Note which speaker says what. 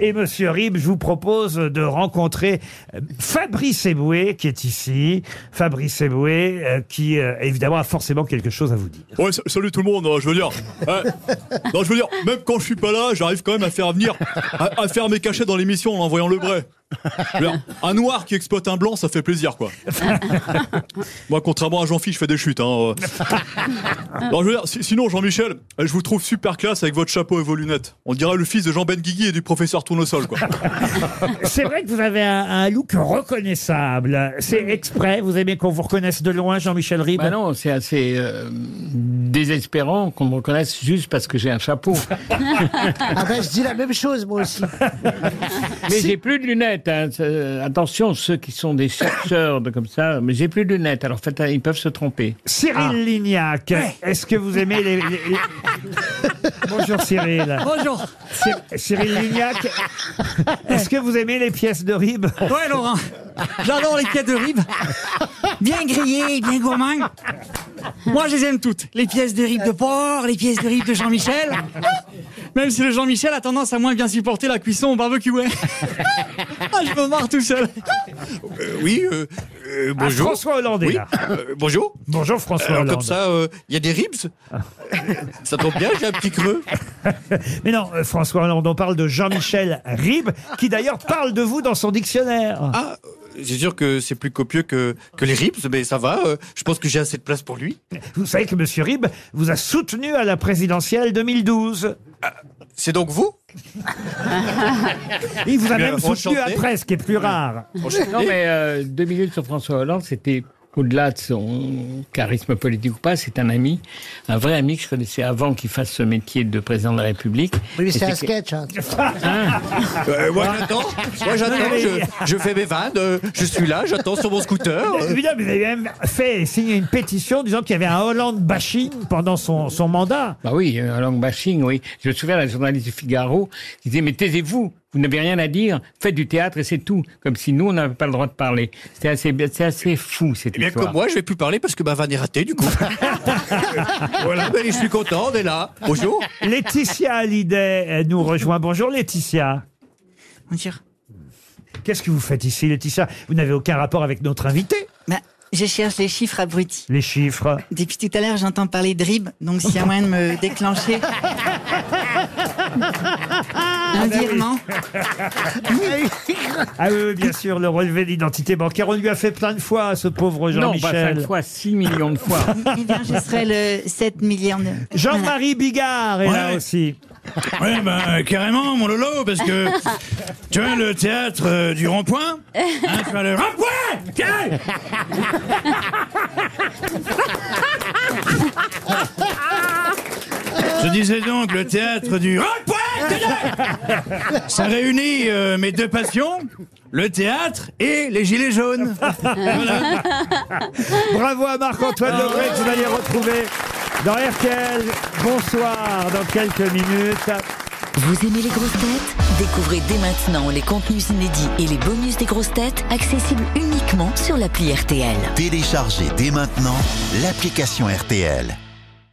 Speaker 1: Et Monsieur Rib, je vous propose de rencontrer euh, Fabrice Eboué, qui est ici. Fabrice Eboué, euh, qui euh, évidemment a forcément quelque chose à vous dire.
Speaker 2: Ouais, sa- salut tout le monde, euh, je veux dire. euh, non, je veux dire, même quand je suis pas là, j'arrive quand même à faire venir, à, à faire mes cachets dans l'émission en envoyant le vrai. Je veux dire, un noir qui exploite un blanc, ça fait plaisir, quoi. Moi, contrairement à Jean-Philippe, je fais des chutes. Hein, euh. Non, je veux dire, si- sinon, Jean-Michel, euh, je vous trouve super classe avec votre chapeau et vos lunettes. On dirait le fils de Jean Benguigui et du professeur Tournesol, quoi.
Speaker 1: C'est vrai que vous avez un, un look reconnaissable. C'est exprès. Vous aimez qu'on vous reconnaisse de loin, Jean-Michel Rib
Speaker 3: Bah non, c'est assez euh, désespérant qu'on me reconnaisse juste parce que j'ai un chapeau.
Speaker 4: Ah ben, je dis la même chose, moi aussi.
Speaker 3: Mais j'ai plus de lunettes. hein. C'est- Attention, ceux qui sont des chercheurs de comme ça, mais j'ai plus de lunettes. Alors, en fait, ils peuvent se tromper.
Speaker 1: Cyril Lignac, est-ce que vous aimez les... les- les- Bonjour Cyril.
Speaker 5: Bonjour.
Speaker 1: Cyr- Cyril Lignac, est-ce que vous aimez les pièces de Rib
Speaker 5: Ouais, Laurent. J'adore les pièces de ribs. Bien grillées, bien gourmandes. Moi, je les aime toutes. Les pièces de ribs de porc, les pièces de ribs de Jean-Michel. Même si le Jean-Michel a tendance à moins bien supporter la cuisson au barbecue. ouais. Ah, je me marre tout seul.
Speaker 6: Euh, Oui, euh,
Speaker 1: Ah, François Hollande est là.
Speaker 6: bonjour.
Speaker 1: Bonjour François
Speaker 6: Alors
Speaker 1: Hollande.
Speaker 6: comme ça, euh, il y a des ribs. ça tombe bien, j'ai un petit creux.
Speaker 1: Mais non, euh, François Hollande, on parle de Jean-Michel Rib, qui d'ailleurs parle de vous dans son dictionnaire.
Speaker 6: Ah, c'est sûr que c'est plus copieux que, que les ribs, mais ça va. euh, je pense que j'ai assez de place pour lui.
Speaker 1: Vous savez que Monsieur Rib vous a soutenu à la présidentielle 2012.
Speaker 6: C'est donc vous
Speaker 1: Il vous a
Speaker 6: Bien,
Speaker 1: même soutenu
Speaker 6: enchanté.
Speaker 1: après, ce qui est plus rare.
Speaker 3: Non, mais euh, deux minutes sur François Hollande, c'était au-delà de son charisme politique ou pas, c'est un ami, un vrai ami que je connaissais avant qu'il fasse ce métier de président de la République.
Speaker 4: Oui, mais
Speaker 3: Et
Speaker 4: c'est un
Speaker 3: c'est-
Speaker 4: sketch. hein.
Speaker 6: Euh, Moi j'attends, moi j'attends,
Speaker 1: mais-
Speaker 6: je, je fais mes vannes, euh, je suis là, j'attends sur mon scooter.
Speaker 1: Euh,
Speaker 6: euh.
Speaker 1: évidemment, vous avez même fait signer une pétition disant qu'il y avait un Hollande bashing pendant son, son mandat.
Speaker 3: Bah oui, un langue bashing, oui. Je me souviens la journaliste du Figaro qui disait Mais taisez-vous, vous n'avez rien à dire, faites du théâtre et c'est tout. Comme si nous, on n'avait pas le droit de parler. C'était assez, c'est assez fou cette
Speaker 6: Eh Bien
Speaker 3: histoire.
Speaker 6: comme moi, je vais plus parler parce que ma vanne est ratée du coup. voilà, mais je suis content, on est là. Bonjour.
Speaker 1: Laetitia Hallyday euh, nous rejoint. Bonjour Laetitia.
Speaker 7: Bonjour.
Speaker 1: Qu'est-ce que vous faites ici, Laetitia Vous n'avez aucun rapport avec notre invité,
Speaker 7: Bah, je cherche les chiffres abrutis.
Speaker 1: les chiffres.
Speaker 7: Depuis tout à l'heure, j'entends parler de rib, donc s'il y a moyen de me déclencher. Un
Speaker 5: bah
Speaker 7: virement.
Speaker 1: Ah oui, oui, bien sûr, le relevé d'identité bancaire. On lui a fait plein de fois, ce pauvre
Speaker 3: Non, pas cinq
Speaker 1: Jean-Michel.
Speaker 3: fois, 6 millions de fois.
Speaker 7: Eh bien, je serai le 7 milliard de.
Speaker 1: Jean-Marie Bigard est là
Speaker 8: Ouais.
Speaker 1: aussi.
Speaker 8: Ouais, ben carrément, mon Lolo, parce que tu vois le théâtre euh, du rond-point hein, Tu vois le rond-point tiens Je disais donc le théâtre du rond-point tiens Ça réunit euh, mes deux passions, le théâtre et les gilets jaunes.
Speaker 1: Bravo à Marc-Antoine Lebret que vous allez retrouver dans RTL. Bonsoir, dans quelques minutes.
Speaker 9: Vous aimez les grosses têtes Découvrez dès maintenant les contenus inédits et les bonus des grosses têtes accessibles uniquement sur l'appli RTL.
Speaker 10: Téléchargez dès maintenant l'application RTL.